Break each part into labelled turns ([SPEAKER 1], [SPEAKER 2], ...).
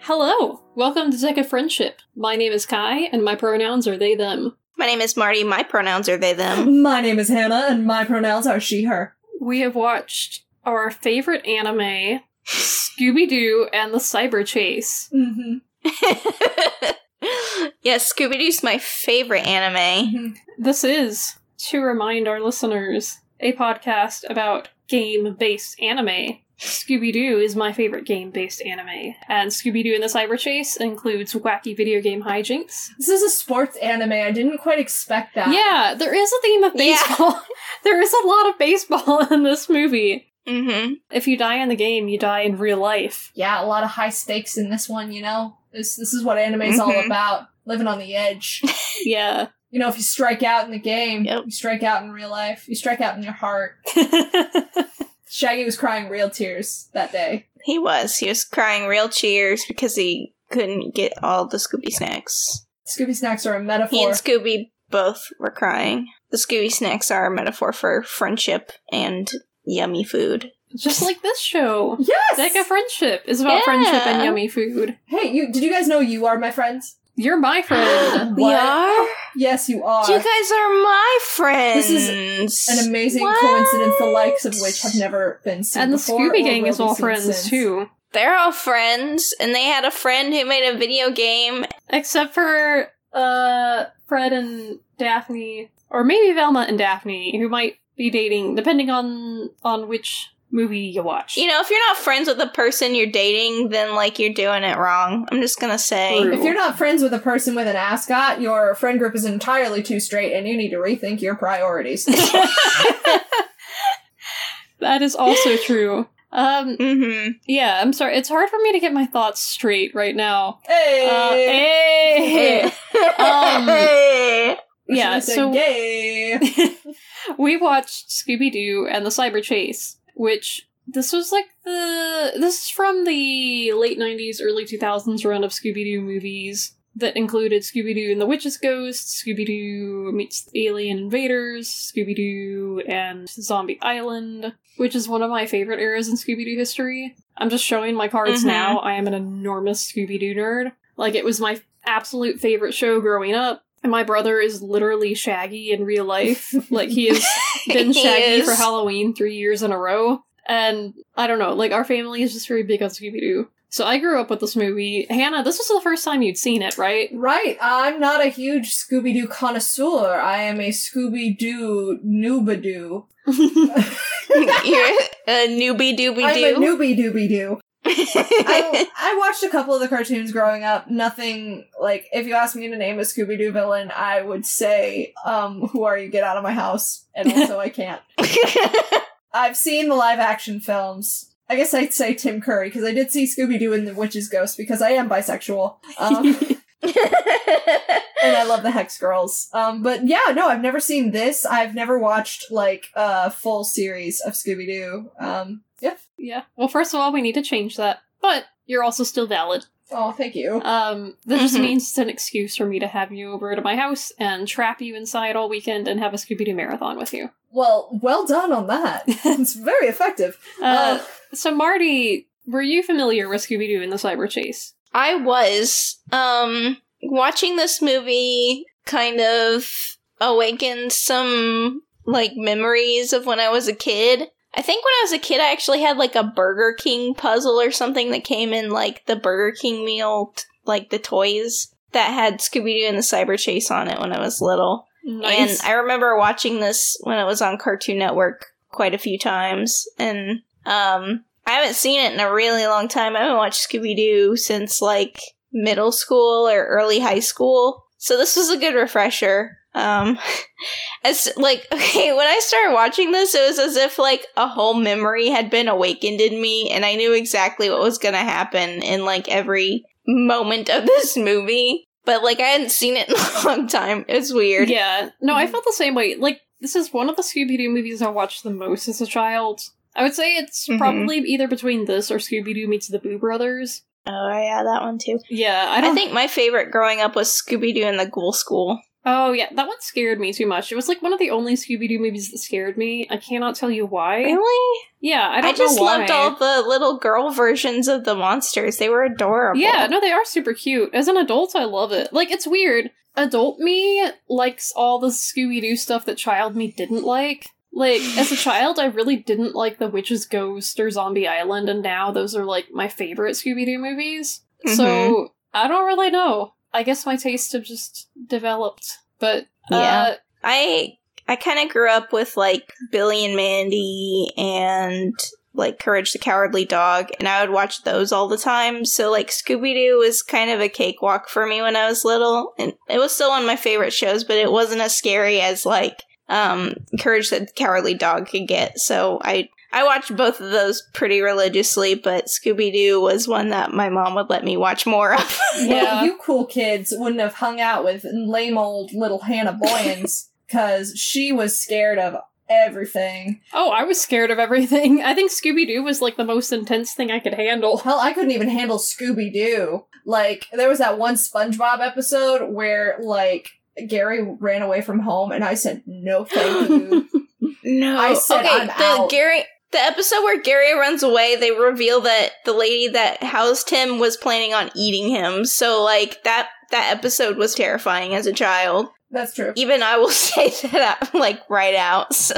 [SPEAKER 1] Hello! Welcome to Tech of Friendship. My name is Kai, and my pronouns are they, them.
[SPEAKER 2] My name is Marty. My pronouns are they, them.
[SPEAKER 3] Um, My name is Hannah, and my pronouns are she, her.
[SPEAKER 1] We have watched our favorite anime, Scooby Doo and the Cyber Chase.
[SPEAKER 3] Mm-hmm.
[SPEAKER 2] yes, Scooby Doo's my favorite anime.
[SPEAKER 1] This is, to remind our listeners, a podcast about game based anime. Scooby Doo is my favorite game based anime, and Scooby Doo and the Cyber Chase includes wacky video game hijinks.
[SPEAKER 3] This is a sports anime. I didn't quite expect that.
[SPEAKER 1] Yeah, there is a theme of
[SPEAKER 2] Yeah.
[SPEAKER 1] baseball. there is a lot of baseball in this movie.
[SPEAKER 2] Mm-hmm.
[SPEAKER 1] If you die in the game, you die in real life.
[SPEAKER 3] Yeah, a lot of high stakes in this one, you know? This, this is what anime's all
[SPEAKER 2] Mhm.
[SPEAKER 3] about living on the edge.
[SPEAKER 1] Yeah.
[SPEAKER 3] you know, if you strike out in the game,
[SPEAKER 2] Yep.
[SPEAKER 3] you strike out in real life, you strike out in your heart. Shaggy was crying real tears that day.
[SPEAKER 2] He was. He was crying real tears because he couldn't get all the Scooby snacks.
[SPEAKER 3] Scooby Snacks are a
[SPEAKER 2] He
[SPEAKER 3] metaphor.
[SPEAKER 2] and Scooby both were crying. The Scooby snacks are a metaphor for friendship and yummy food.
[SPEAKER 1] Just like this show.
[SPEAKER 3] yes!
[SPEAKER 1] Deck of Friendship is about
[SPEAKER 2] Yeah.
[SPEAKER 1] friendship and yummy food.
[SPEAKER 3] hey, you did you guys know you are my friends?
[SPEAKER 1] You're my friend.
[SPEAKER 2] we
[SPEAKER 3] What?
[SPEAKER 2] are.
[SPEAKER 3] Yes, you are.
[SPEAKER 2] You guys are my friends.
[SPEAKER 3] This is an amazing
[SPEAKER 2] What?
[SPEAKER 3] coincidence, the likes of which have never been seen.
[SPEAKER 1] and the
[SPEAKER 3] before
[SPEAKER 1] Scooby
[SPEAKER 3] or
[SPEAKER 1] Gang
[SPEAKER 3] will
[SPEAKER 1] is
[SPEAKER 3] be
[SPEAKER 1] all
[SPEAKER 3] seen
[SPEAKER 1] friends
[SPEAKER 3] since.
[SPEAKER 1] too.
[SPEAKER 2] They're all friends, and they had a friend who made a video game.
[SPEAKER 1] Except for uh Fred and Daphne or maybe Velma and Daphne, who might be dating depending on on which movie you watch.
[SPEAKER 2] You know, if you're not friends with the person you're dating, then like you're doing it wrong. I'm just gonna say.
[SPEAKER 1] True.
[SPEAKER 3] If you're not friends with a person with an ascot, your friend group is entirely too straight, and you need to rethink your priorities.
[SPEAKER 1] Uh, that is also true. Um
[SPEAKER 2] Mm-hmm.
[SPEAKER 1] yeah, I'm sorry. It's hard for me to get my thoughts straight right now. Uh,
[SPEAKER 3] hey,
[SPEAKER 1] hey. Um,
[SPEAKER 3] We
[SPEAKER 1] yeah,
[SPEAKER 3] should've said
[SPEAKER 1] so-
[SPEAKER 3] gay.
[SPEAKER 1] we watched Scooby Doo and the Cyber Chase, which this was like the this is from the late '90s, early 2000s run of Scooby Doo movies that included Scooby Doo and the Witch's Ghost, Scooby Doo meets the Alien Invaders, Scooby Doo and Zombie Island, which is one of my favorite eras in Scooby Doo history. I'm just showing my cards
[SPEAKER 2] Mhm.
[SPEAKER 1] now. I am an enormous Scooby Doo nerd. Like it was my absolute favorite show growing up. And my brother is literally Shaggy in real life. Like he is been
[SPEAKER 2] He
[SPEAKER 1] Shaggy for
[SPEAKER 2] is.
[SPEAKER 1] Halloween three years in a row. And I don't know, like our family is just very big on Scooby Doo. So I grew up with this movie. Hannah, this was the first time you'd seen it, right?
[SPEAKER 3] Right, I'm not a huge Scooby Doo connoisseur. I am a Scooby Doo noobadoo.
[SPEAKER 2] you're a newbie doobie
[SPEAKER 3] I'm a
[SPEAKER 2] doo.
[SPEAKER 3] newbie doobie doo. I, I watched a couple of the cartoons growing up. Nothing like if you asked me to name a Scooby Doo villain, I would say, um, "Who are you? Get out of my house!" And also, I can't. I've seen the live action films. I guess I'd say Tim Curry because I did see Scooby Doo and the Witch's Ghost because I am bisexual,
[SPEAKER 2] Uh.
[SPEAKER 3] um, and I love the Hex Girls. Um, but yeah, no, I've never seen this. I've never watched like a full series of Scooby Doo. Um, yeah.
[SPEAKER 1] yeah. Well, first of all, we need to change that. But you're also still valid.
[SPEAKER 3] Oh, thank you.
[SPEAKER 1] Um, this just
[SPEAKER 2] Mhm.
[SPEAKER 1] means it's an excuse for me to have you over to my house and trap you inside all weekend and have a Scooby Doo marathon with you.
[SPEAKER 3] Well, well done on that. it's very effective.
[SPEAKER 1] Uh,
[SPEAKER 3] Uh,
[SPEAKER 2] Oh.
[SPEAKER 1] so, Marty, were you familiar with Scooby Doo and the Cyber Chase?
[SPEAKER 2] I was um watching this movie kind of awakened some like memories of when I was a kid. I think when I was a kid I actually had like a Burger King puzzle or something that came in like the Burger King meal t- like the toys that had Scooby Doo and the Cyber Chase on it when I was little.
[SPEAKER 1] Nice.
[SPEAKER 2] And I remember watching this when it was on Cartoon Network quite a few times. And um, I haven't seen it in a really long time. I haven't watched Scooby Doo since like middle school or early high school. So this was a good refresher. Um, as like okay, when I started watching this, it was as if like a whole memory had been awakened in me, and I knew exactly what was gonna happen in like every moment of this movie. But like I hadn't seen it in a long time. It's weird. Mm-hmm.
[SPEAKER 1] Yeah. No, I
[SPEAKER 3] Mhm.
[SPEAKER 1] felt the same way. Like, this is one of the Scooby Doo movies I watched the most as a child. I would say it's
[SPEAKER 2] Mhm.
[SPEAKER 1] probably either between this or Scooby Doo meets the Boo Brothers.
[SPEAKER 2] Oh yeah, that one too.
[SPEAKER 1] Yeah, I
[SPEAKER 2] I,
[SPEAKER 1] don't
[SPEAKER 2] think my favorite growing up was Scooby Doo and the Ghoul School.
[SPEAKER 1] Oh yeah, that one scared me too much. It was like one of the only Scooby Doo movies that scared me. I cannot tell you why.
[SPEAKER 2] Really?
[SPEAKER 1] Yeah, I
[SPEAKER 2] I,
[SPEAKER 1] don't know
[SPEAKER 2] just
[SPEAKER 1] why.
[SPEAKER 2] loved all the little girl versions of the monsters. They were adorable.
[SPEAKER 1] Yeah, no, they are super cute. As an adult, I love it. Like, it's weird. Adult me likes all the Scooby Doo stuff that child me didn't like. Like, as a child, I really didn't like The Witch's Ghost or Zombie Island, and now those are like my favorite Scooby Doo movies.
[SPEAKER 3] Mm-hmm.
[SPEAKER 1] So, I don't really know. I guess my tastes have just developed. But, uh,
[SPEAKER 2] Yeah. I I kind of grew up with like Billy and Mandy and like Courage the Cowardly Dog, and I would watch those all the time. So like Scooby Doo was kind of a cakewalk for me when I was little, and it was still one of my favorite shows, but it wasn't as scary as like um Courage the Cowardly Dog could get. So I. I watched both of those pretty religiously, but Scooby Doo was one that my mom would let me watch more of.
[SPEAKER 1] Yeah.
[SPEAKER 3] Well, you cool kids wouldn't have hung out with lame old little Hannah Boyens because she was scared of everything.
[SPEAKER 1] oh, I was scared of everything. I think Scooby Doo was like the most intense thing I could handle.
[SPEAKER 3] Hell, I couldn't even handle Scooby Doo. Like, there was that one SpongeBob episode where, like, Gary ran away from home, and I said, no, thank you.
[SPEAKER 2] No,
[SPEAKER 3] I said I'm
[SPEAKER 2] the
[SPEAKER 3] out.
[SPEAKER 2] Gary. The episode where Gary runs away, they reveal that the lady that housed him was planning on eating him. So, like that that episode was terrifying as a child.
[SPEAKER 3] That's true.
[SPEAKER 2] Even I will say that I'm like right out. So.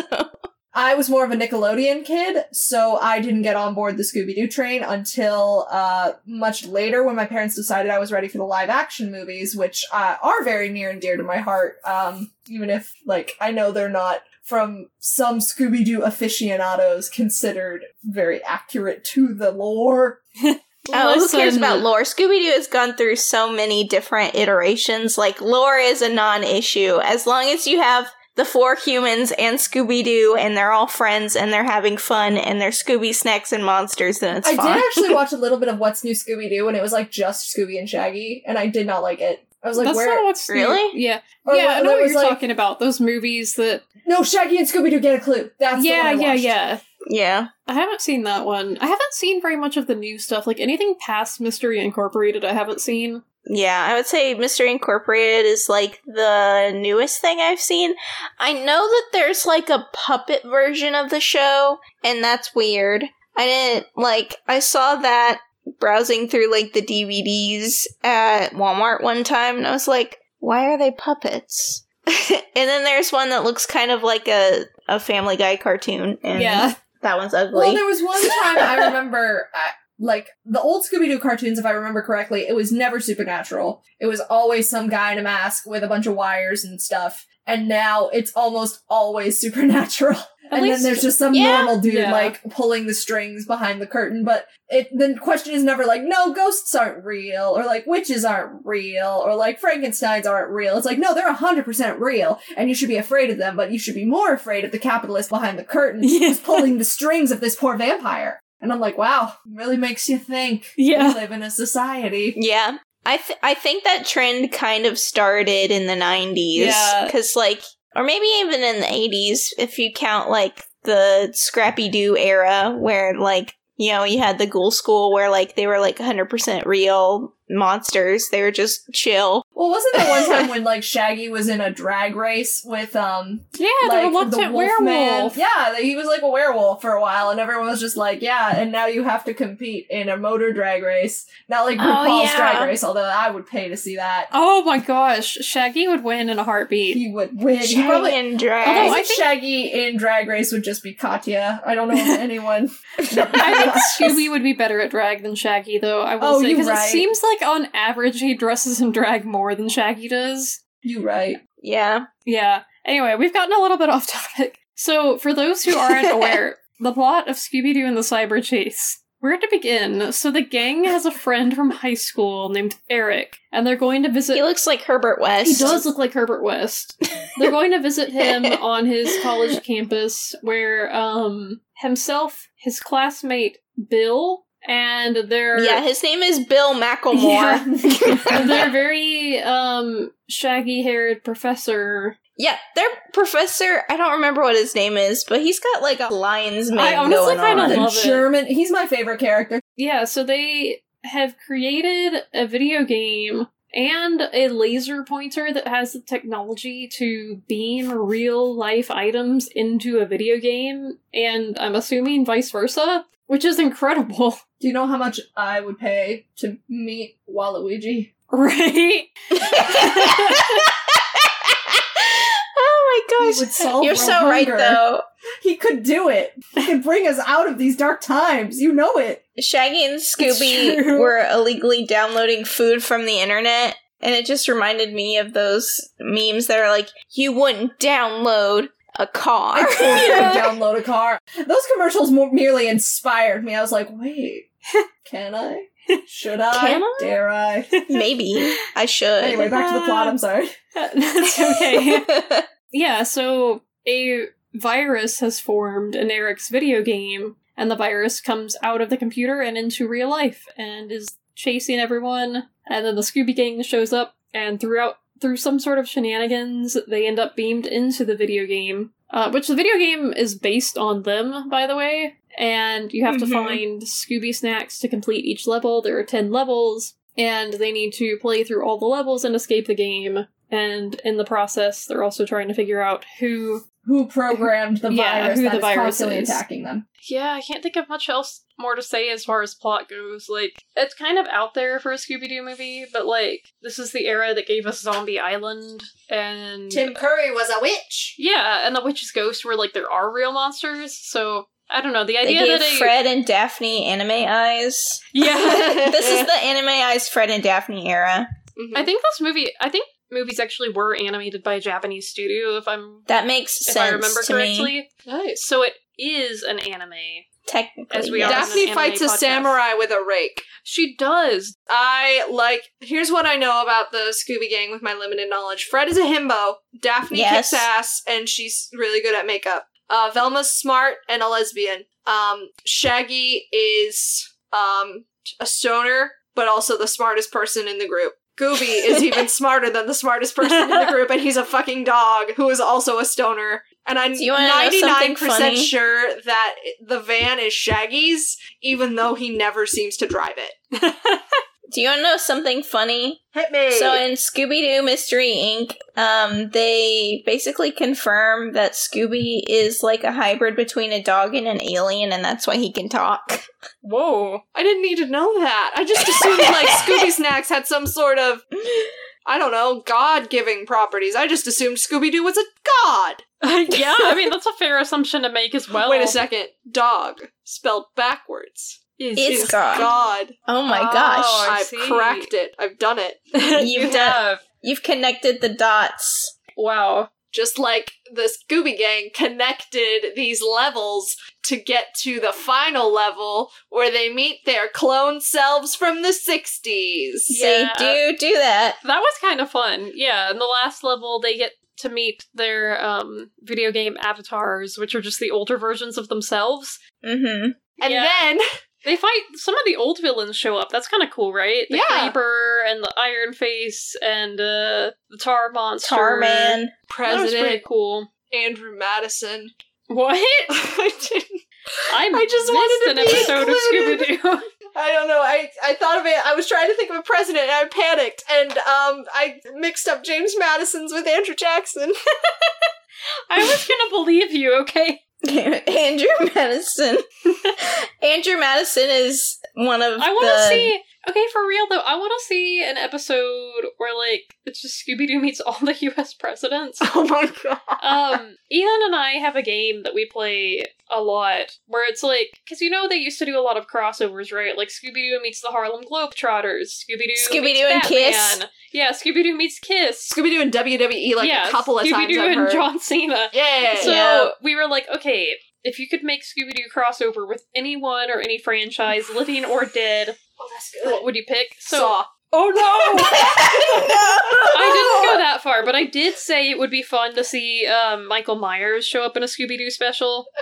[SPEAKER 3] I was more of a Nickelodeon kid, so I didn't get on board the Scooby Doo train until uh, much later when my parents decided I was ready for the live action movies, which uh, are very near and dear to my heart, um, even if, like, I know they're not from some Scooby Doo aficionados considered very accurate to the lore.
[SPEAKER 2] Oh, who cares
[SPEAKER 1] Listen-
[SPEAKER 2] about lore? Scooby Doo has gone through so many different iterations. Like, lore is a non issue. As long as you have the four humans and Scooby Doo, and they're all friends and they're having fun and they're Scooby snacks and monsters, then it's
[SPEAKER 3] I
[SPEAKER 2] fine.
[SPEAKER 3] did actually watch a little bit of What's New Scooby Doo, and it was like just Scooby and Shaggy, and I did not like it. I was like,
[SPEAKER 1] That's
[SPEAKER 3] where?
[SPEAKER 1] not what's
[SPEAKER 2] Really?
[SPEAKER 1] Yeah,
[SPEAKER 3] or
[SPEAKER 1] yeah, I
[SPEAKER 3] there
[SPEAKER 1] know what
[SPEAKER 3] was,
[SPEAKER 1] you're
[SPEAKER 3] like,
[SPEAKER 1] talking about. Those movies that.
[SPEAKER 3] No, Shaggy and Scooby Doo get a clue. That's the one
[SPEAKER 1] yeah,
[SPEAKER 3] I
[SPEAKER 1] yeah,
[SPEAKER 3] watched.
[SPEAKER 1] yeah.
[SPEAKER 2] yeah.
[SPEAKER 1] I haven't seen that one. I haven't seen very much of the new stuff. Like anything past Mystery Incorporated, I haven't seen.
[SPEAKER 2] Yeah, I would say Mystery Incorporated is like the newest thing I've seen. I know that there's like a puppet version of the show, and that's weird. I didn't like, I saw that browsing through like the DVDs at Walmart one time, and I was like, why are they puppets? and then there's one that looks kind of like a, a Family Guy cartoon, and
[SPEAKER 1] Yeah.
[SPEAKER 2] that one's ugly.
[SPEAKER 3] Well, there was one time I remember, I, like the old Scooby Doo cartoons, if I remember correctly, it was never supernatural. It was always some guy in a mask with a bunch of wires and stuff. And now it's almost always supernatural.
[SPEAKER 1] At
[SPEAKER 3] and
[SPEAKER 1] least,
[SPEAKER 3] then there's just some
[SPEAKER 2] Yeah.
[SPEAKER 3] normal dude
[SPEAKER 1] Yeah.
[SPEAKER 3] like pulling the strings behind the curtain. But it the question is never like, no, ghosts aren't real, or like witches aren't real, or like Frankenstein's aren't real. It's like, no, they're hundred percent real, and you should be afraid of them, but you should be more afraid of the capitalist behind the curtain
[SPEAKER 1] Yeah.
[SPEAKER 3] who's pulling the strings of this poor vampire. And I'm like, wow, really makes you think.
[SPEAKER 1] Yeah.
[SPEAKER 3] We live in a society.
[SPEAKER 2] Yeah. I th- I think that trend kind of started in the 90s
[SPEAKER 1] Yeah.
[SPEAKER 2] cuz like or maybe even in the 80s if you count like the Scrappy Doo era where like you know you had the ghoul school where like they were like 100% real monsters they were just chill
[SPEAKER 3] Well, wasn't there one time when like Shaggy was in a drag race with um
[SPEAKER 1] yeah,
[SPEAKER 3] like,
[SPEAKER 1] the reluctant werewolf.
[SPEAKER 3] Wolfman. Yeah, that he was like a werewolf for a while, and everyone was just like, "Yeah." And now you have to compete in a motor drag race, not like
[SPEAKER 2] Oh,
[SPEAKER 3] RuPaul's
[SPEAKER 2] yeah.
[SPEAKER 3] Drag Race. Although I would pay to see that.
[SPEAKER 1] Oh my gosh, Shaggy would win in a heartbeat.
[SPEAKER 3] He would win. He
[SPEAKER 2] Shaggy
[SPEAKER 3] probably.
[SPEAKER 2] and drag.
[SPEAKER 3] I
[SPEAKER 1] Although
[SPEAKER 3] think
[SPEAKER 1] I think-
[SPEAKER 3] Shaggy in Drag Race would just be Katya. I don't know if anyone.
[SPEAKER 1] I think Scooby would be better at drag than Shaggy, though. I will
[SPEAKER 3] Oh,
[SPEAKER 1] say
[SPEAKER 3] you're
[SPEAKER 1] because
[SPEAKER 3] right.
[SPEAKER 1] it seems like on average he dresses in drag more than Shaggy does.
[SPEAKER 3] you right.
[SPEAKER 2] yeah
[SPEAKER 1] Yeah. Anyway, we've gotten a little bit off topic. So, for those who aren't aware, the plot of Scooby Doo and the Cyber Chase. Where to begin? So, the gang has a friend from high school named Eric, and they're going to visit.
[SPEAKER 2] he looks like Herbert West
[SPEAKER 1] He does look like Herbert West. They're going to visit him on his college campus where um himself, his classmate Bill, and their
[SPEAKER 2] yeah his name is Bill
[SPEAKER 1] Yeah.
[SPEAKER 2] McElmore
[SPEAKER 1] their very um shaggy-haired professor
[SPEAKER 2] Yeah, their professor, I don't remember what his name is, but he's got like a lion's mane.
[SPEAKER 1] I honestly
[SPEAKER 2] going
[SPEAKER 1] kinda
[SPEAKER 2] on.
[SPEAKER 3] the
[SPEAKER 1] love it.
[SPEAKER 3] German. He's my favorite character.
[SPEAKER 1] Yeah, so they have created a video game and a laser pointer that has the technology to beam real life items into a video game, and I'm assuming vice versa, which is incredible,
[SPEAKER 4] Do you know how much I would pay to meet Waluigi?
[SPEAKER 1] right?
[SPEAKER 2] oh my
[SPEAKER 4] He would
[SPEAKER 2] gosh.
[SPEAKER 4] solve
[SPEAKER 2] You're
[SPEAKER 4] my
[SPEAKER 2] so
[SPEAKER 4] hunger.
[SPEAKER 2] right though.
[SPEAKER 4] He could do it. He could bring us out of these dark times. You know it.
[SPEAKER 2] Shaggy and Scooby
[SPEAKER 1] true.
[SPEAKER 2] were illegally downloading food from the internet, and it just reminded me of those memes that are like, you wouldn't download a car.
[SPEAKER 4] I totally
[SPEAKER 1] Yeah.
[SPEAKER 4] could download a car. Those commercials mo- merely inspired me. I was like, wait, can I? Should I?
[SPEAKER 2] Can I?
[SPEAKER 4] Dare I?
[SPEAKER 2] Maybe I should.
[SPEAKER 4] Anyway, back to the plot. I'm sorry.
[SPEAKER 1] That's okay. yeah, so a virus has formed in Eric's video game, and the virus comes out of the computer and into real life and is chasing everyone. And then the Scooby Gang shows up, and throughout through some sort of shenanigans, they end up beamed into the video game, uh, which the video game is based on them, by the way. And you have
[SPEAKER 2] Mhm.
[SPEAKER 1] to find Scooby snacks to complete each level. There are 10 levels, and they need to play through all the levels and escape the game. And in the process, they're also trying to figure out who.
[SPEAKER 4] Who programmed the
[SPEAKER 1] Yeah,
[SPEAKER 4] virus
[SPEAKER 1] who
[SPEAKER 4] that
[SPEAKER 1] the
[SPEAKER 4] is
[SPEAKER 1] virus
[SPEAKER 4] constantly
[SPEAKER 1] is.
[SPEAKER 4] attacking them?
[SPEAKER 1] Yeah, I can't think of much else more to say as far as plot goes. Like, it's kind of out there for a Scooby Doo movie, but like, this is the era that gave us Zombie Island and.
[SPEAKER 3] Curry was a witch.
[SPEAKER 1] Yeah, and the witch's ghost, where like there are real monsters. So I don't know the
[SPEAKER 2] They
[SPEAKER 1] idea
[SPEAKER 2] gave
[SPEAKER 1] that a
[SPEAKER 2] Fred and Daphne anime eyes.
[SPEAKER 1] yeah,
[SPEAKER 2] this is Mhm. the anime eyes Fred and Daphne era.
[SPEAKER 1] I think this movie. I think movies actually were animated by a Japanese studio. If I'm
[SPEAKER 2] That makes
[SPEAKER 1] if
[SPEAKER 2] sense
[SPEAKER 1] I remember
[SPEAKER 2] to me.
[SPEAKER 1] correctly,
[SPEAKER 3] Nice.
[SPEAKER 1] so it is an anime.
[SPEAKER 2] Technically,
[SPEAKER 1] As we
[SPEAKER 2] yes.
[SPEAKER 1] are
[SPEAKER 3] Daphne
[SPEAKER 1] an anime
[SPEAKER 3] fights a
[SPEAKER 1] podcast.
[SPEAKER 3] samurai with a rake.
[SPEAKER 1] She does.
[SPEAKER 3] I like. Here's what I know about the Scooby Gang with my limited knowledge. Fred is a himbo. Daphne
[SPEAKER 2] Yes.
[SPEAKER 3] kicks ass, and she's really good at makeup. Uh, Velma's smart and a lesbian. Um, Shaggy is um a stoner, but also the smartest person in the group. Gooby is even smarter than the smartest person in the group, and he's a fucking dog who is also a stoner. And I'm
[SPEAKER 2] Do you wanna know something
[SPEAKER 3] 99%
[SPEAKER 2] funny?
[SPEAKER 3] sure that the van is Shaggy's, even though he never seems to drive it.
[SPEAKER 2] Do you want to know something funny?
[SPEAKER 3] Hit me.
[SPEAKER 2] So in Scooby Doo Mystery Inc., um, they basically confirm that Scooby is like a hybrid between a dog and an alien, and that's why he can talk.
[SPEAKER 3] Whoa. I didn't need to know that. I just assumed like Scooby Snacks had some sort of I don't know, god giving properties. I just assumed Scooby Doo was a god.
[SPEAKER 1] yeah, I mean that's a fair assumption to make as well.
[SPEAKER 3] Wait a second. Dog spelled backwards. Is,
[SPEAKER 2] Is God. Oh my
[SPEAKER 1] Oh,
[SPEAKER 2] gosh!
[SPEAKER 1] I
[SPEAKER 3] I've
[SPEAKER 1] see.
[SPEAKER 3] cracked it. I've done it.
[SPEAKER 1] you
[SPEAKER 2] You've done-
[SPEAKER 1] have
[SPEAKER 2] You've connected the dots.
[SPEAKER 1] wow.
[SPEAKER 3] Just like the Scooby Gang connected these levels to get to the final level where they meet their clone selves from the 60s.
[SPEAKER 1] Yeah.
[SPEAKER 2] They do do that.
[SPEAKER 1] That was kind of fun. Yeah, in the last level they get to meet their um video game avatars, which are just the older versions of themselves.
[SPEAKER 2] Mm-hmm.
[SPEAKER 3] And
[SPEAKER 1] Yeah.
[SPEAKER 3] then
[SPEAKER 1] They fight some of the old villains show up. That's kind of cool, right? The
[SPEAKER 3] Yeah.
[SPEAKER 1] Creeper and the Iron Face and uh, the Tar Monster.
[SPEAKER 2] Tar man.
[SPEAKER 1] That was pretty
[SPEAKER 3] President
[SPEAKER 1] cool.
[SPEAKER 3] Andrew Madison.
[SPEAKER 1] What?
[SPEAKER 3] I didn't.
[SPEAKER 1] I,
[SPEAKER 3] I just wanted to
[SPEAKER 1] missed
[SPEAKER 3] be
[SPEAKER 1] an episode of Scooby Doo.
[SPEAKER 3] I don't know. I I thought of it. I was trying to think of a president, and I panicked, and um, I mixed up James Madison's with Andrew Jackson.
[SPEAKER 1] I was gonna believe you, okay?
[SPEAKER 2] Andrew Madison. Andrew Madison is one of
[SPEAKER 1] I want to
[SPEAKER 2] the
[SPEAKER 1] see. Okay, for real though, I want to see an episode where like it's just Scooby Doo meets all the U.S. presidents.
[SPEAKER 3] Oh my god!
[SPEAKER 1] um, Ethan and I have a game that we play a lot where it's like, because you know they used to do a lot of crossovers, right? Like Scooby Doo meets the Harlem Globetrotters, Scooby Doo,
[SPEAKER 2] Scooby-Doo and Kiss.
[SPEAKER 1] yeah, Scooby Doo meets Kiss,
[SPEAKER 3] Scooby Doo and WWE like
[SPEAKER 1] yeah,
[SPEAKER 3] a couple of times.
[SPEAKER 1] Scooby-Doo
[SPEAKER 3] I've
[SPEAKER 1] and
[SPEAKER 3] heard.
[SPEAKER 1] John Cena.
[SPEAKER 3] yeah.
[SPEAKER 1] So
[SPEAKER 2] Yeah.
[SPEAKER 1] we were like, okay, if you could make Scooby Doo crossover with anyone or any franchise, living or dead,
[SPEAKER 3] oh, that's
[SPEAKER 1] what would you pick? So
[SPEAKER 3] Saw.
[SPEAKER 1] Oh no! I didn't
[SPEAKER 2] I
[SPEAKER 1] go that far, but I did say it would be fun to see um, Michael Myers show up in a Scooby Doo special.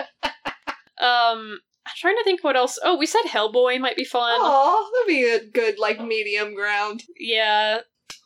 [SPEAKER 1] Um, I'm trying to think what else. Oh, we said Hellboy might be fun.
[SPEAKER 2] Oh.
[SPEAKER 3] Aw, that'd be a good like medium ground.
[SPEAKER 1] Yeah,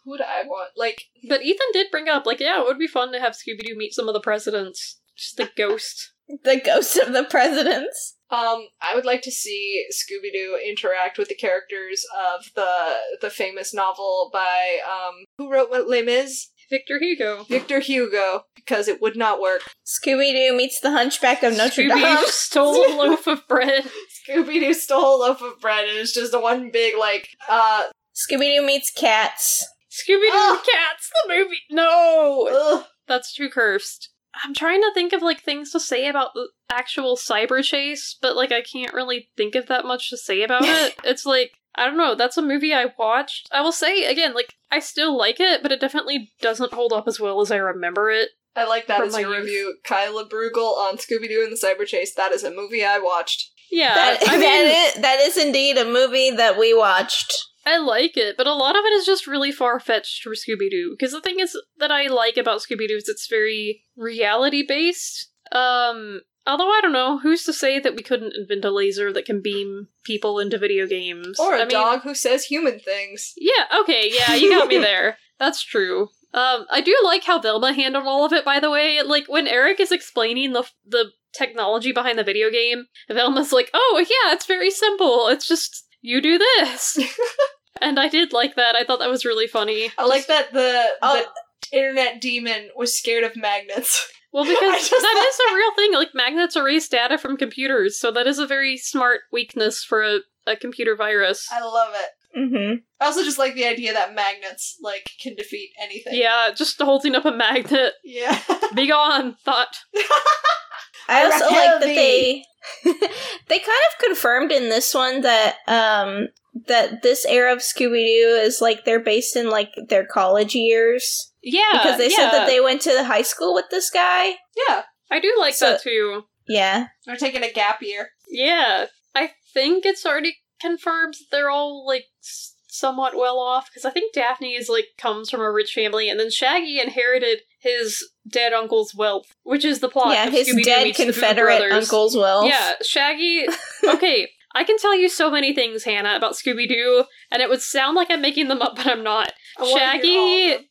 [SPEAKER 3] Who do I want? Like
[SPEAKER 1] but Ethan did bring up like, yeah, it would be fun to have Scooby Doo meet some of the presidents. Just the ghost.
[SPEAKER 2] the ghost of the presidents.
[SPEAKER 3] Um, I would like to see Scooby Doo interact with the characters of the the famous novel by um, who wrote what Les Mis?
[SPEAKER 1] Victor Hugo.
[SPEAKER 3] Victor Hugo, because it would not work.
[SPEAKER 2] Scooby Doo meets the Hunchback of Notre
[SPEAKER 1] Scooby
[SPEAKER 2] Dame.
[SPEAKER 1] stole a loaf of bread.
[SPEAKER 3] Scooby Doo stole a loaf of bread, and it's just one big like uh.
[SPEAKER 2] Scooby Doo meets cats.
[SPEAKER 1] Scooby Doo
[SPEAKER 2] Oh.
[SPEAKER 3] Ugh.
[SPEAKER 1] Cats, the movie. No!
[SPEAKER 3] ugh.
[SPEAKER 1] That's too cursed. I'm trying to think of like things to say about the actual cyber chase, but like I can't really think of that much to say about it. it's like I don't know, that's a movie I watched. I will say again, like I still like it, but it definitely doesn't hold up as well as I remember it.
[SPEAKER 3] I like that
[SPEAKER 1] From
[SPEAKER 3] as
[SPEAKER 1] my
[SPEAKER 3] your
[SPEAKER 1] youth.
[SPEAKER 3] review. Kyla Bruegel on Scooby Doo and the Cyber Chase. That is a movie I watched.
[SPEAKER 1] Yeah.
[SPEAKER 2] That,
[SPEAKER 1] Uh, I mean
[SPEAKER 2] that, is, that is indeed a movie that we watched.
[SPEAKER 1] I like it, but a lot of it is just really far fetched for Scooby Doo. Because the thing is that I like about Scooby Doo is it's very reality based. Um, although I don't know, who's to say that we couldn't invent a laser that can beam people into video games
[SPEAKER 3] Or a
[SPEAKER 1] I mean-
[SPEAKER 3] dog who says human things.
[SPEAKER 1] Yeah. Okay. Yeah, you got me there. That's true. Um, I do like how Velma handled all of it. By the way, like when Eric is explaining the the technology behind the video game, Velma's like, "Oh yeah, it's very simple. It's just you do this." and I did like that. I thought that was really funny.
[SPEAKER 3] I like that the,
[SPEAKER 2] Oh.
[SPEAKER 3] the internet demon was scared of magnets.
[SPEAKER 1] Well,
[SPEAKER 3] I
[SPEAKER 1] because
[SPEAKER 3] just
[SPEAKER 1] that is a real thing. Like magnets erase data from computers, so that is a very smart weakness for a, a computer virus.
[SPEAKER 3] I love it.
[SPEAKER 2] Mm-hmm.
[SPEAKER 3] I also just like the idea that magnets like can defeat anything.
[SPEAKER 1] Yeah, just holding up a magnet.
[SPEAKER 3] Yeah.
[SPEAKER 1] Be gone, thought.
[SPEAKER 2] I also
[SPEAKER 3] Raquel
[SPEAKER 2] like that
[SPEAKER 3] V.
[SPEAKER 2] they they kind of confirmed in this one that um that this era of Scooby Doo is like they're based in like their college years
[SPEAKER 1] Yeah,
[SPEAKER 2] because they said
[SPEAKER 1] yeah.
[SPEAKER 2] that they went to high school with this guy.
[SPEAKER 3] yeah.
[SPEAKER 1] I do like
[SPEAKER 2] So-
[SPEAKER 1] that too.
[SPEAKER 2] Yeah,
[SPEAKER 3] They're taking a gap year.
[SPEAKER 1] Yeah, I think it's already confirmed that they're all like s- somewhat well off because I think Daphne is like comes from a rich family, and then Shaggy inherited his dead uncle's wealth, which is the plot.
[SPEAKER 2] yeah,
[SPEAKER 1] of
[SPEAKER 2] his
[SPEAKER 1] Scooby-Doo
[SPEAKER 2] dead
[SPEAKER 1] meets the Boo
[SPEAKER 2] Confederate
[SPEAKER 1] Brothers.
[SPEAKER 2] uncle's will.
[SPEAKER 1] Yeah, Shaggy. Okay, I can tell you so many things, Hannah, about Scooby Doo, and it would sound like I'm making them up, but I'm not.
[SPEAKER 3] I wanna hear all of
[SPEAKER 1] Shaggy.
[SPEAKER 3] them.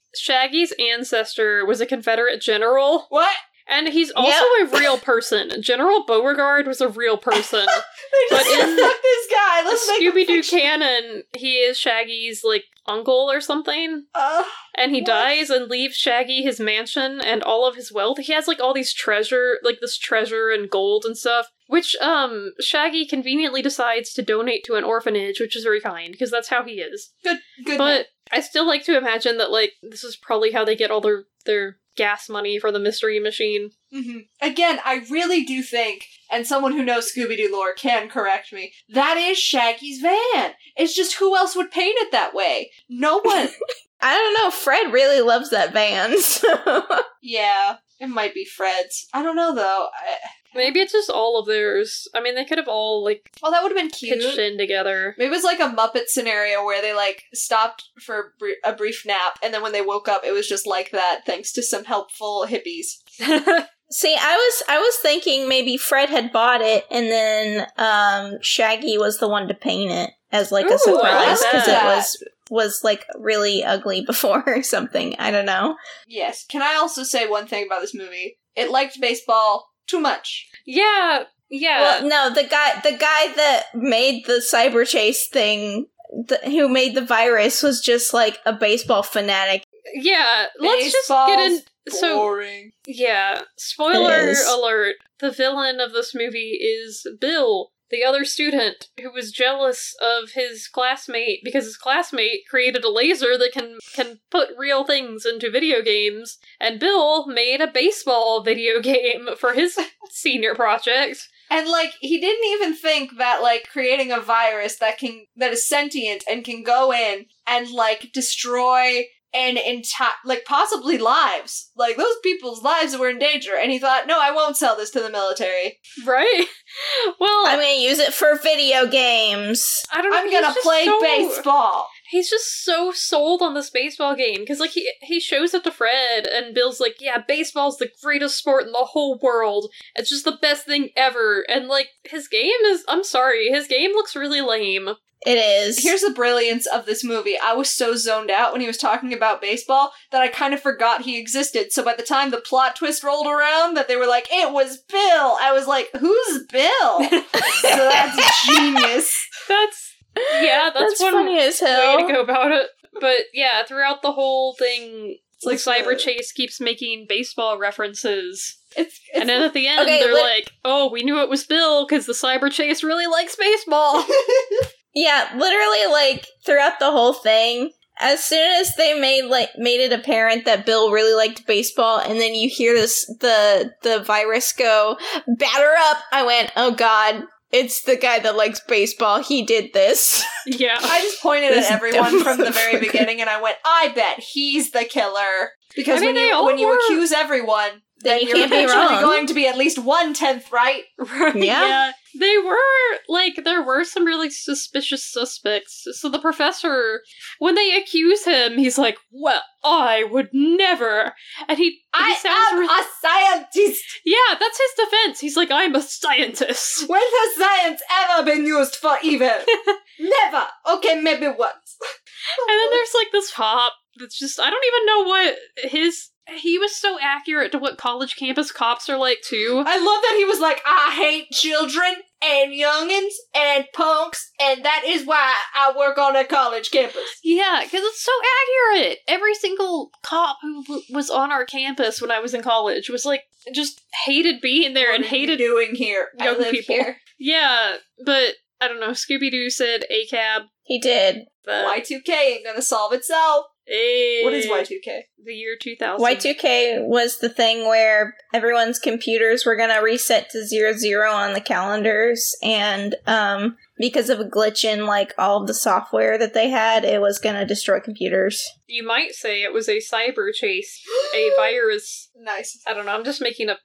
[SPEAKER 1] Shaggy's ancestor was a Confederate general.
[SPEAKER 3] What?
[SPEAKER 1] And he's also a real person. General Beauregard was a real person.
[SPEAKER 3] They
[SPEAKER 1] But
[SPEAKER 3] just said,
[SPEAKER 1] in
[SPEAKER 3] fuck this guy. Let's make him
[SPEAKER 1] Scooby Doo
[SPEAKER 3] fiction-
[SPEAKER 1] canon, he is Shaggy's like uncle or something.
[SPEAKER 3] Uh,
[SPEAKER 1] And he
[SPEAKER 3] What?
[SPEAKER 1] dies and leaves Shaggy his mansion and all of his wealth. He has like all these treasure, like this treasure and gold and stuff, which um Shaggy conveniently decides to donate to an orphanage, which is very kind because that's how he is.
[SPEAKER 3] good. Good.
[SPEAKER 1] But I still like to imagine that like this is probably how they get all their their gas money for the mystery machine.
[SPEAKER 3] hmm Again, I really do think, and someone who knows Scooby Doo lore can correct me, that is Shaggy's van. It's just who else would paint it that way? No one.
[SPEAKER 2] I don't know. Fred really loves that van. So.
[SPEAKER 3] yeah, it might be Fred's. I don't know though. I,
[SPEAKER 1] Maybe it's just all of theirs. I mean, they could have all like
[SPEAKER 3] well, that would have been cute.
[SPEAKER 1] pitched in together.
[SPEAKER 3] Maybe it's like a Muppet scenario where they like stopped for br- a brief nap, and then when they woke up, it was just like that, thanks to some helpful hippies.
[SPEAKER 2] See, I was I was thinking maybe Fred had bought it, and then um, Shaggy was the one to paint it as like
[SPEAKER 1] Ooh, I
[SPEAKER 2] a surprise
[SPEAKER 1] like
[SPEAKER 2] because it
[SPEAKER 3] that.
[SPEAKER 2] was was like really ugly before or something. I don't know.
[SPEAKER 3] Yes. Can I also say one thing about this movie? It liked baseball too much.
[SPEAKER 1] yeah, yeah.
[SPEAKER 2] Well, no, the guy the guy that made the cyber chase thing, th- who made the virus, was just like a baseball fanatic.
[SPEAKER 1] Yeah, let's just get in.
[SPEAKER 3] Baseball's
[SPEAKER 1] So,
[SPEAKER 3] Boring.
[SPEAKER 1] yeah, spoiler
[SPEAKER 2] It is.
[SPEAKER 1] alert the villain of this movie is Bill, the other student who was jealous of his classmate because his classmate created a laser that can, can put real things into video games, and Bill made a baseball video game for his senior project.
[SPEAKER 3] And like he didn't even think that like creating a virus that can that is sentient and can go in and like destroy an entire like possibly lives. Like those people's lives were in danger and he thought, "No, I won't sell this to the military.
[SPEAKER 1] Right? Well,
[SPEAKER 2] I'm gonna use it for video games.
[SPEAKER 1] I don't know.
[SPEAKER 3] I'm
[SPEAKER 1] he's
[SPEAKER 3] going to
[SPEAKER 1] just
[SPEAKER 3] play
[SPEAKER 1] so-
[SPEAKER 3] baseball."
[SPEAKER 1] He's just so sold on this baseball game because, like, he he shows it to Fred, and Bill's like, "Yeah, baseball's the greatest sport in the whole world. It's just the best thing ever." And like, his game is—I'm sorry, his game looks really lame.
[SPEAKER 2] It is.
[SPEAKER 3] Here's the brilliance of this movie. I was so zoned out when he was talking about baseball that I kind of forgot he existed. So by the time the plot twist rolled around, that they were like, "It was Bill," I was like, "Who's Bill?" so that's genius.
[SPEAKER 1] That's yeah, that's,
[SPEAKER 2] that's
[SPEAKER 1] one
[SPEAKER 2] funny as hell.
[SPEAKER 1] way to go about it. But yeah, throughout the whole thing,
[SPEAKER 3] It's
[SPEAKER 1] like Cyber
[SPEAKER 3] the-
[SPEAKER 1] Chase keeps making baseball references,
[SPEAKER 3] It's, it's
[SPEAKER 1] and then at the end
[SPEAKER 2] Okay,
[SPEAKER 1] they're
[SPEAKER 2] let-
[SPEAKER 1] like, "Oh, we knew it was Bill because the Cyber Chase really likes baseball."
[SPEAKER 2] Yeah, literally, like throughout the whole thing. As soon as they made like made it apparent that Bill really liked baseball, and then you hear this the the virus go batter up, I went, oh god, it's the guy that likes baseball. He did this.
[SPEAKER 1] yeah,
[SPEAKER 3] I just pointed
[SPEAKER 2] This
[SPEAKER 3] at everyone
[SPEAKER 2] dumb
[SPEAKER 3] from the very
[SPEAKER 2] motherfucker.
[SPEAKER 3] beginning, and I went, "I bet he's the killer." Because
[SPEAKER 1] I mean,
[SPEAKER 3] when
[SPEAKER 1] they
[SPEAKER 3] you
[SPEAKER 1] all
[SPEAKER 3] when you
[SPEAKER 1] were.
[SPEAKER 3] accuse everyone,
[SPEAKER 2] Then
[SPEAKER 3] then
[SPEAKER 2] you
[SPEAKER 3] you're
[SPEAKER 2] can't be
[SPEAKER 3] eventually
[SPEAKER 2] wrong.
[SPEAKER 3] going to be at least one tenth right.
[SPEAKER 1] Right,
[SPEAKER 2] Yeah.
[SPEAKER 1] They were like there were some really suspicious suspects. So the professor when they accuse him, he's like, Well, I would never and he, he
[SPEAKER 3] I
[SPEAKER 1] sounds
[SPEAKER 3] am
[SPEAKER 1] re-
[SPEAKER 3] a scientist.
[SPEAKER 1] Yeah, that's his defense. He's like, I'm a scientist.
[SPEAKER 3] When has science ever been used for evil? Never. Okay, maybe once.
[SPEAKER 1] And then there's like this cop that's just I don't even know what his he was so accurate to what college campus cops are like too.
[SPEAKER 3] I love that he was like, I hate children and youngins and punks, and that is why I work on a college campus.
[SPEAKER 1] Yeah, because it's so accurate. Every single cop who w- was on our campus when I was in college was like, just hated being there and
[SPEAKER 3] What are you
[SPEAKER 1] hated.
[SPEAKER 3] doing here. I
[SPEAKER 1] young
[SPEAKER 3] live
[SPEAKER 1] people.
[SPEAKER 3] here.
[SPEAKER 1] Yeah, but I don't know. Scooby Doo said A cab.
[SPEAKER 2] He did.
[SPEAKER 1] But
[SPEAKER 3] Y2K ain't gonna solve
[SPEAKER 1] Uh,
[SPEAKER 3] itself.
[SPEAKER 1] Eh,
[SPEAKER 3] What is Y2K?
[SPEAKER 1] The year 2000.
[SPEAKER 2] Y two K was the thing where everyone's computers were gonna reset to zero zero on the calendars, and um, because of a glitch in like all of the software that they had, it was gonna destroy computers.
[SPEAKER 1] You might say it was a cyber chase, a virus. Uh,
[SPEAKER 3] Nice.
[SPEAKER 1] I don't know. I'm just making up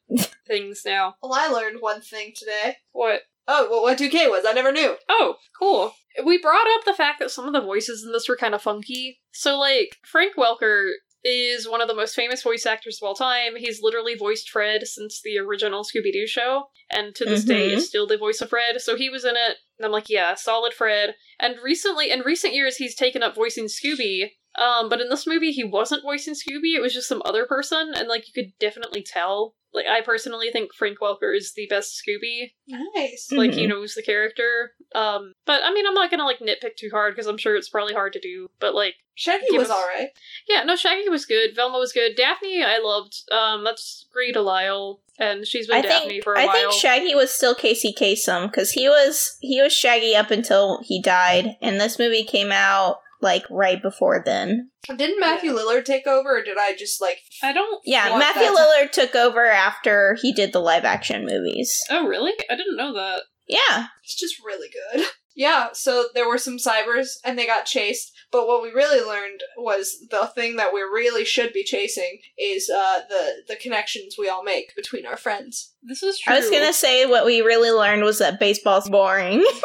[SPEAKER 1] things now.
[SPEAKER 3] Well, I learned one thing today.
[SPEAKER 1] What?
[SPEAKER 3] Oh, well, what 2K was. I never knew.
[SPEAKER 1] Oh, cool. We brought up the fact that some of the voices in this were kind of funky. So, like, Frank Welker is one of the most famous voice actors of all time. He's literally voiced Fred since the original Scooby Doo show, and to this day
[SPEAKER 2] Mhm.
[SPEAKER 1] is still the voice of Fred. So, he was in it, and I'm like, yeah, solid Fred. And recently, in recent years, he's taken up voicing Scooby. Um, but in this movie, he wasn't voicing Scooby, it was just some other person, and, like, you could definitely tell. Like, I personally think Frank Welker is the best Scooby
[SPEAKER 3] Nice.
[SPEAKER 1] like
[SPEAKER 2] Mm-hmm.
[SPEAKER 1] he knows the character um but i mean i'm not gonna like nitpick too hard because i'm sure it's probably hard to do but like
[SPEAKER 3] Shaggy
[SPEAKER 1] Give
[SPEAKER 3] was
[SPEAKER 1] us-
[SPEAKER 3] alright.
[SPEAKER 1] yeah no shaggy was good velma was good daphne i loved um that's great lyle and she's been
[SPEAKER 2] I
[SPEAKER 1] daphne
[SPEAKER 2] think
[SPEAKER 1] for a
[SPEAKER 2] I
[SPEAKER 1] while
[SPEAKER 2] think Shaggy was still Casey Kasem because he was he was Shaggy up until he died, and this movie came out like right before then.
[SPEAKER 3] Didn't Matthew Lillard take over, or did I just like
[SPEAKER 1] i don't
[SPEAKER 2] Yeah,
[SPEAKER 3] What,
[SPEAKER 2] Matthew
[SPEAKER 3] that's-
[SPEAKER 2] Lillard took over after he did the live action movies.
[SPEAKER 1] oh really i didn't know that
[SPEAKER 2] Yeah,
[SPEAKER 3] It's just really good. Yeah, so there were some cybers and they got chased, but what we really learned was the thing that we really should be chasing is uh, the the connections we all make between our friends.
[SPEAKER 1] this is true
[SPEAKER 2] I was gonna say what we really learned was that baseball's boring.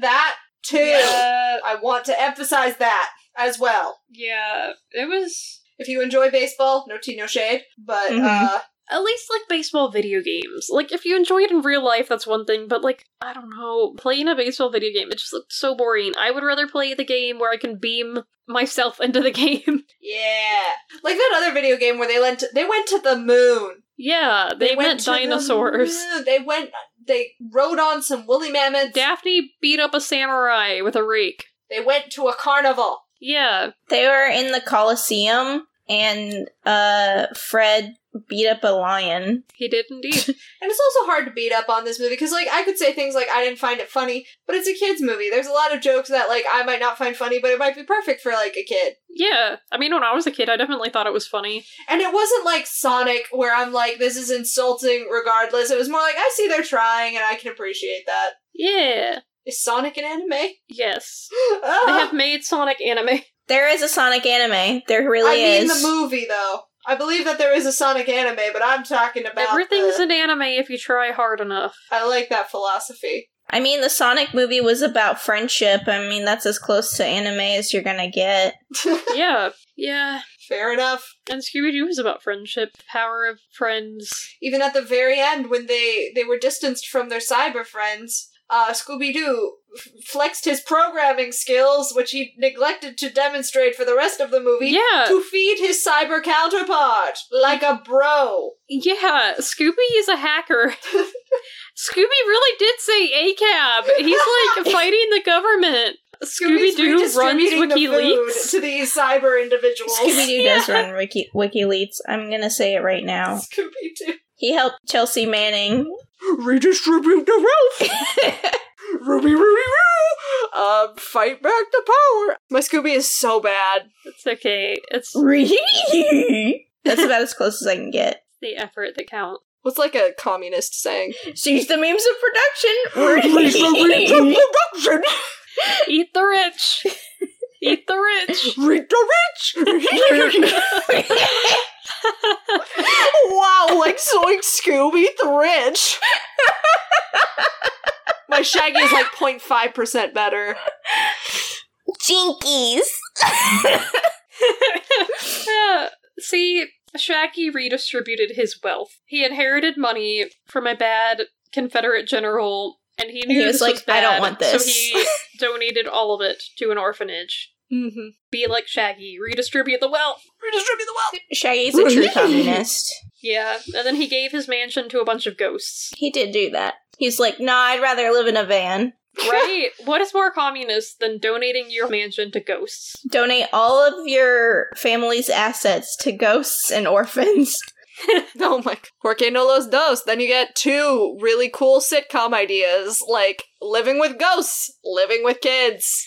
[SPEAKER 3] That too.
[SPEAKER 1] yeah,
[SPEAKER 3] I want to emphasize that as well.
[SPEAKER 1] yeah it was
[SPEAKER 3] If you enjoy baseball, no tea, no shade. But
[SPEAKER 1] Mm-hmm.
[SPEAKER 3] uh,
[SPEAKER 2] Mhm.
[SPEAKER 1] at least like baseball video games like if you enjoy it in real life that's one thing but like i don't know playing a baseball video game it just looked so boring i would rather play the game where i can beam myself into the game
[SPEAKER 3] yeah, like that other video game where they went to, they went to the moon.
[SPEAKER 1] yeah they, meant
[SPEAKER 3] to the
[SPEAKER 1] dinosaurs
[SPEAKER 3] moon. They went. They rode on some woolly mammoths.
[SPEAKER 1] daphne beat up a samurai with a rake
[SPEAKER 3] They went to a carnival.
[SPEAKER 1] yeah
[SPEAKER 2] they were in the Coliseum, and uh, Fred beat up a lion.
[SPEAKER 1] he did indeed
[SPEAKER 3] And it's also hard to beat up on this movie because, like, I could say things like I didn't find it funny, but it's a kids' movie. There's a lot of jokes that, like, I might not find funny, but it might be perfect for like a kid.
[SPEAKER 1] yeah i mean when i was a kid i definitely thought it was funny
[SPEAKER 3] And it wasn't like Sonic, where I'm like, this is insulting, regardless. It was more like I see they're trying, and I can appreciate that.
[SPEAKER 1] yeah
[SPEAKER 3] Is Sonic an anime?
[SPEAKER 1] yes
[SPEAKER 3] Ah!
[SPEAKER 1] they have made sonic anime
[SPEAKER 2] There is a Sonic anime. There really
[SPEAKER 3] I mean
[SPEAKER 2] is.
[SPEAKER 3] the movie though. I believe that there is a Sonic anime, but I'm talking about
[SPEAKER 1] everything's
[SPEAKER 3] the-
[SPEAKER 1] an anime if you try hard enough
[SPEAKER 3] I like that philosophy.
[SPEAKER 2] I mean, the Sonic movie was about friendship. I mean, that's as close to anime as you're gonna get.
[SPEAKER 1] yeah yeah
[SPEAKER 3] Fair enough.
[SPEAKER 1] And Scooby Doo is about friendship, the power of friends.
[SPEAKER 3] even at the very end when they they were distanced from their cyber friends uh, Scooby Doo f- flexed his programming skills, which he neglected to demonstrate for the rest of the movie,
[SPEAKER 1] Yeah,
[SPEAKER 3] to feed his cyber counterpart like a bro.
[SPEAKER 1] yeah. Scooby is a hacker. Scooby really did say ACAB. He's like fighting the government. Scooby
[SPEAKER 3] Scooby's
[SPEAKER 1] Doo runs
[SPEAKER 3] redistributing the food
[SPEAKER 1] WikiLeaks.
[SPEAKER 3] to these cyber individuals.
[SPEAKER 2] Scooby Doo does run Wiki WikiLeaks. I'm gonna say it right now.
[SPEAKER 3] Scooby Doo.
[SPEAKER 2] He helped Chelsea Manning.
[SPEAKER 3] Redistribute the wealth. Ruby, Ruby, Roo. Uh, fight back the power. My Scooby is so bad.
[SPEAKER 1] It's okay. It's
[SPEAKER 2] That's about as close as I can get.
[SPEAKER 1] the effort that counts.
[SPEAKER 3] What's like a communist saying?
[SPEAKER 2] She's the memes of production.
[SPEAKER 3] Redistribute production.
[SPEAKER 1] Eat the rich. Eat the rich.
[SPEAKER 3] Read the rich. wow, like soink Scooby the rich. My Shaggy is like 0.5% better.
[SPEAKER 2] Jinkies.
[SPEAKER 1] Yeah. See, Shaggy redistributed his wealth. He inherited money from a bad Confederate general, and he knew
[SPEAKER 2] He was
[SPEAKER 1] this
[SPEAKER 2] like,
[SPEAKER 1] was bad,
[SPEAKER 2] "I don't want
[SPEAKER 1] So
[SPEAKER 2] this."
[SPEAKER 1] he donated all of it to an orphanage.
[SPEAKER 3] Mm-hmm.
[SPEAKER 1] Be like Shaggy, redistribute the wealth.
[SPEAKER 3] Redistribute the wealth.
[SPEAKER 2] Shaggy's a true communist.
[SPEAKER 1] Yeah, and then he gave his mansion to a bunch of ghosts.
[SPEAKER 2] He did do that. He's like, nah, I'd rather live in a van.
[SPEAKER 1] Right? what is more communist than donating your mansion to ghosts?
[SPEAKER 2] Donate all of your family's assets to ghosts and orphans.
[SPEAKER 3] Oh my god. Porque no los dos. Then you get two really cool sitcom ideas like living with ghosts, living with kids,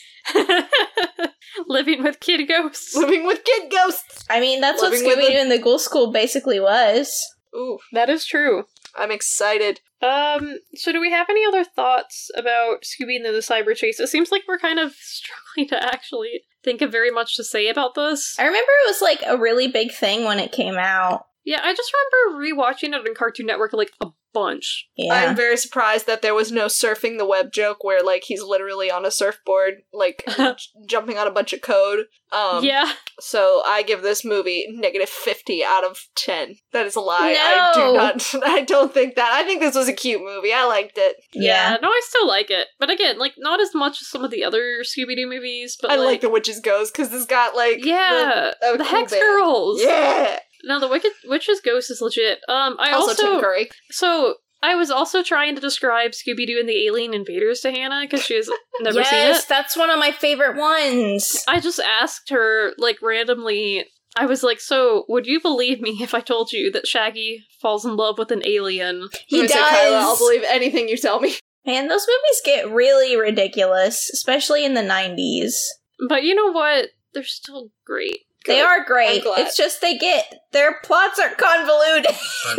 [SPEAKER 1] Living with kid ghosts.
[SPEAKER 3] living with kid ghosts.
[SPEAKER 2] I mean, that's
[SPEAKER 3] Living
[SPEAKER 2] what
[SPEAKER 3] with
[SPEAKER 2] Scooby Doo
[SPEAKER 3] a-
[SPEAKER 2] and the Ghoul School basically was.
[SPEAKER 3] Ooh,
[SPEAKER 1] That is true.
[SPEAKER 3] I'm excited.
[SPEAKER 1] Um, so do we have any other thoughts about Scooby and the Cyber Chase? It seems like we're kind of struggling to actually think of very much to say about this.
[SPEAKER 2] I remember it was like a really big thing when it came out.
[SPEAKER 1] Yeah, I just remember rewatching it on Cartoon Network like a bunch.
[SPEAKER 2] Yeah.
[SPEAKER 3] I'm very surprised that there was no surfing the web joke where like he's literally on a surfboard, like j- jumping on a bunch of code. Um,
[SPEAKER 1] yeah.
[SPEAKER 3] So I give this movie negative fifty out of ten. That is a
[SPEAKER 2] No.
[SPEAKER 3] lie. I do not. I don't think that. I think this was a cute movie. I liked it.
[SPEAKER 2] yeah.
[SPEAKER 1] No, I still like it. But again, like not as much as some of the other Scooby Doo movies, but
[SPEAKER 3] I
[SPEAKER 1] like,
[SPEAKER 3] like the witches goes because this got like
[SPEAKER 1] Yeah.
[SPEAKER 3] the-
[SPEAKER 1] The,
[SPEAKER 3] a cool
[SPEAKER 1] Hex
[SPEAKER 3] band.
[SPEAKER 1] Girls.
[SPEAKER 3] yeah.
[SPEAKER 1] No, the Wicked Witch's Ghost is legit. Um I
[SPEAKER 3] also,
[SPEAKER 1] also,
[SPEAKER 3] Tim Curry.
[SPEAKER 1] so I was also trying to describe Scooby Doo and the Alien Invaders to Hannah because she has never
[SPEAKER 2] yes,
[SPEAKER 1] seen it.
[SPEAKER 2] that's one of my favorite ones.
[SPEAKER 1] I just asked her, like, randomly. I was like, so would you believe me if I told you that Shaggy falls in love with an alien?
[SPEAKER 2] He
[SPEAKER 3] I'm gonna say, Kyla, I'll
[SPEAKER 2] does.
[SPEAKER 3] believe anything you tell me.
[SPEAKER 2] Man, those movies get really ridiculous, especially in the 90s.
[SPEAKER 1] But you know what? They're still great.
[SPEAKER 2] They
[SPEAKER 3] Good.
[SPEAKER 2] are great.
[SPEAKER 3] I'm glad.
[SPEAKER 2] It's just they get their plots are convoluted.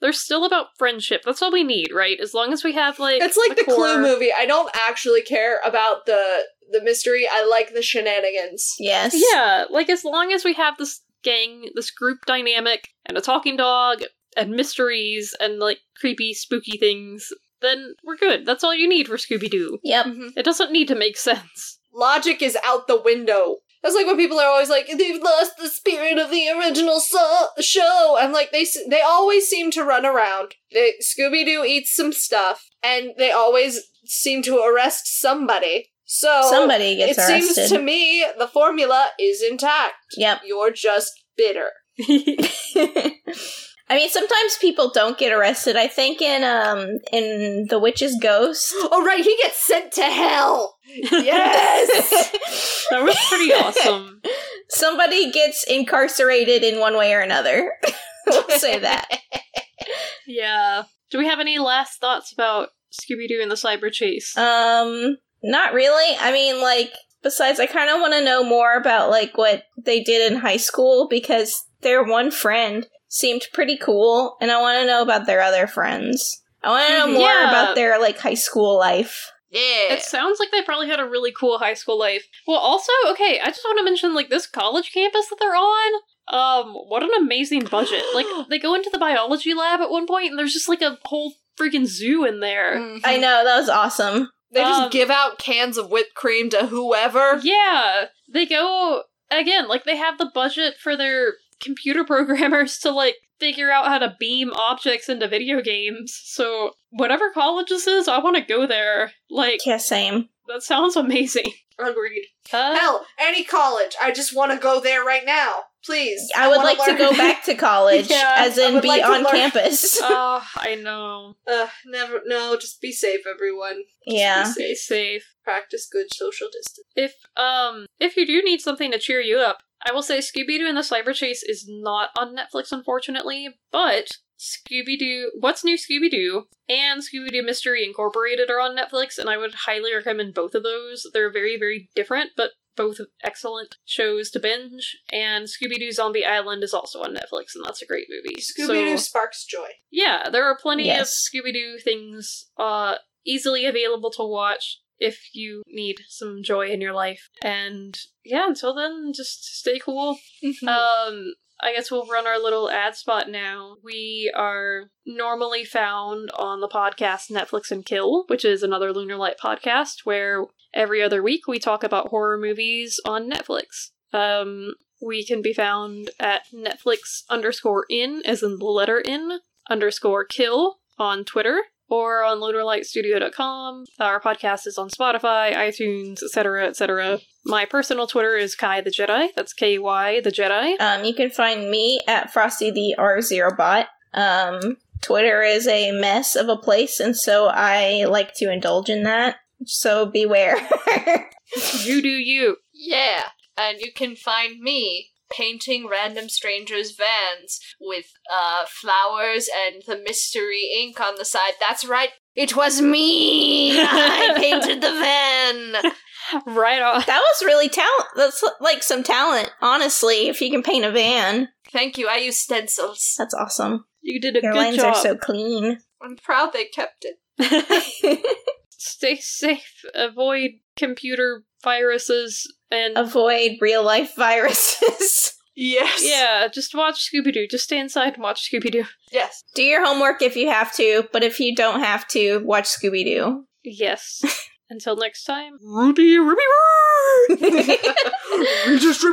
[SPEAKER 1] They're still about friendship. That's all we need, right? As long as we have, like,
[SPEAKER 3] It's like the
[SPEAKER 1] core-
[SPEAKER 3] Clue movie. I don't actually care about the the mystery. I like the shenanigans.
[SPEAKER 2] yes.
[SPEAKER 1] Yeah, like, as long as we have this gang, this group dynamic, and a talking dog, and mysteries, and, like, creepy, spooky things, then we're good. That's all you need for Scooby Doo.
[SPEAKER 2] Yep.
[SPEAKER 1] It doesn't need to make sense.
[SPEAKER 3] Logic is out the window. That's like when people are always like, "They've lost the spirit of the original so- show." I'm like, they s- they always seem to run around. They Scooby Doo eats some stuff, and they always seem to arrest somebody. So
[SPEAKER 2] Somebody
[SPEAKER 3] it
[SPEAKER 2] gets arrested.
[SPEAKER 3] seems to me the formula is intact.
[SPEAKER 2] Yep.
[SPEAKER 3] You're just bitter.
[SPEAKER 2] I mean, sometimes people don't get arrested. I think in um in The Witch's Ghost.
[SPEAKER 3] Oh right, he gets sent to hell. Yes.
[SPEAKER 1] That was pretty awesome.
[SPEAKER 2] Somebody gets incarcerated in one way or another. we'll say that.
[SPEAKER 1] Yeah. Do we have any last thoughts about Scooby Doo and the Cyber Chase?
[SPEAKER 2] Um, not really. I mean, like, besides, I kind of want to know more about like what they did in high school because their one friend seemed pretty cool, and I want to know about their other friends. I want to know more
[SPEAKER 1] Yeah.
[SPEAKER 2] about their like high school life.
[SPEAKER 3] yeah.
[SPEAKER 1] it sounds like they probably had a really cool high school life. Well, also, okay, I just want to mention like this college campus that they're on. Um, what an amazing budget! Like they go into the biology lab at one point, and there's just like a whole freaking zoo in there.
[SPEAKER 3] Mhm.
[SPEAKER 2] I know that was awesome.
[SPEAKER 3] They just
[SPEAKER 1] Um,
[SPEAKER 3] give out cans of whipped cream to whoever.
[SPEAKER 1] Yeah, they go again. Like they have the budget for their computer programmers to like figure out how to beam objects into video games. So, whatever college this is, I want to go there. Like,
[SPEAKER 2] Yeah, same.
[SPEAKER 1] that sounds amazing.
[SPEAKER 3] Agreed.
[SPEAKER 1] Uh,
[SPEAKER 3] Hell, any college. I just want to go there right now. Please.
[SPEAKER 2] I would
[SPEAKER 3] wanna
[SPEAKER 2] like to
[SPEAKER 3] learn.
[SPEAKER 2] go back to college,
[SPEAKER 1] Yeah,
[SPEAKER 2] as
[SPEAKER 3] I
[SPEAKER 2] in
[SPEAKER 3] would
[SPEAKER 2] be
[SPEAKER 3] like to
[SPEAKER 2] on
[SPEAKER 3] learn-
[SPEAKER 2] campus.
[SPEAKER 1] oh, I know.
[SPEAKER 3] Ugh, never. No, just be safe, everyone.
[SPEAKER 2] yeah.
[SPEAKER 1] Stay safe.
[SPEAKER 3] Practice good social distance.
[SPEAKER 1] If um if you do need something to cheer you up, I will say Scooby Doo and the Cyber Chase is not on Netflix unfortunately, but Scooby Doo What's New Scooby Doo and Scooby Doo Mystery Incorporated are on Netflix and I would highly recommend both of those. They're very very different but both excellent shows to binge and Scooby Doo Zombie Island is also on Netflix and that's a great movie.
[SPEAKER 3] Scooby Doo
[SPEAKER 1] So-
[SPEAKER 3] sparks joy.
[SPEAKER 1] yeah, there are plenty
[SPEAKER 2] Yes.
[SPEAKER 1] of Scooby Doo things uh, easily available to watch if you need some joy in your life. And yeah, until then, just stay cool. Um, I guess we'll run our little ad spot now. We are normally found on the podcast Netflix and Kill, which is another Lunar Light podcast where every other week we talk about horror movies on Netflix. Um, we can be found at Netflix underscore in, as in the letter in, underscore kill on Twitter or on loaderlightstudio.com. Our podcast is on Spotify, iTunes, etc., etc. My personal Twitter is Kai the Jedi. That's K Y the Jedi.
[SPEAKER 2] Um, you can find me at Frosty the R Zero Bot. Um, Twitter is a mess of a place, and so I like to indulge in that. So beware.
[SPEAKER 1] You do you.
[SPEAKER 3] Yeah, and you can find me painting random strangers' vans with uh, flowers and the mystery ink on the side. That's right, it was me. I painted the van.
[SPEAKER 1] Right on.
[SPEAKER 2] that was really talent. That's like some talent, honestly. If you can paint a van,
[SPEAKER 3] Thank you. I use stencils.
[SPEAKER 2] that's awesome.
[SPEAKER 1] You did a
[SPEAKER 2] Your
[SPEAKER 1] good
[SPEAKER 2] lines
[SPEAKER 1] job.
[SPEAKER 2] are so clean.
[SPEAKER 3] I'm proud they kept it.
[SPEAKER 1] Stay safe. Avoid computer viruses and
[SPEAKER 2] Avoid real life viruses.
[SPEAKER 3] Yes.
[SPEAKER 1] yeah, just watch Scooby Doo. Just stay inside and watch Scooby Doo.
[SPEAKER 3] Yes.
[SPEAKER 2] Do your homework if you have to, but if you don't have to, watch Scooby Doo.
[SPEAKER 1] Yes. Until next time.
[SPEAKER 5] Rudy, Ruby, redistribute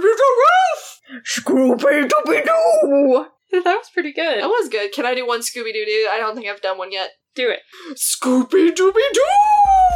[SPEAKER 5] the roof! Scooby Dooby Doo!
[SPEAKER 1] that was pretty good.
[SPEAKER 3] That was good. Can I do one Scooby Doo Doo? I don't think I've done one yet.
[SPEAKER 1] Do it.
[SPEAKER 5] Scooby Dooby Doo!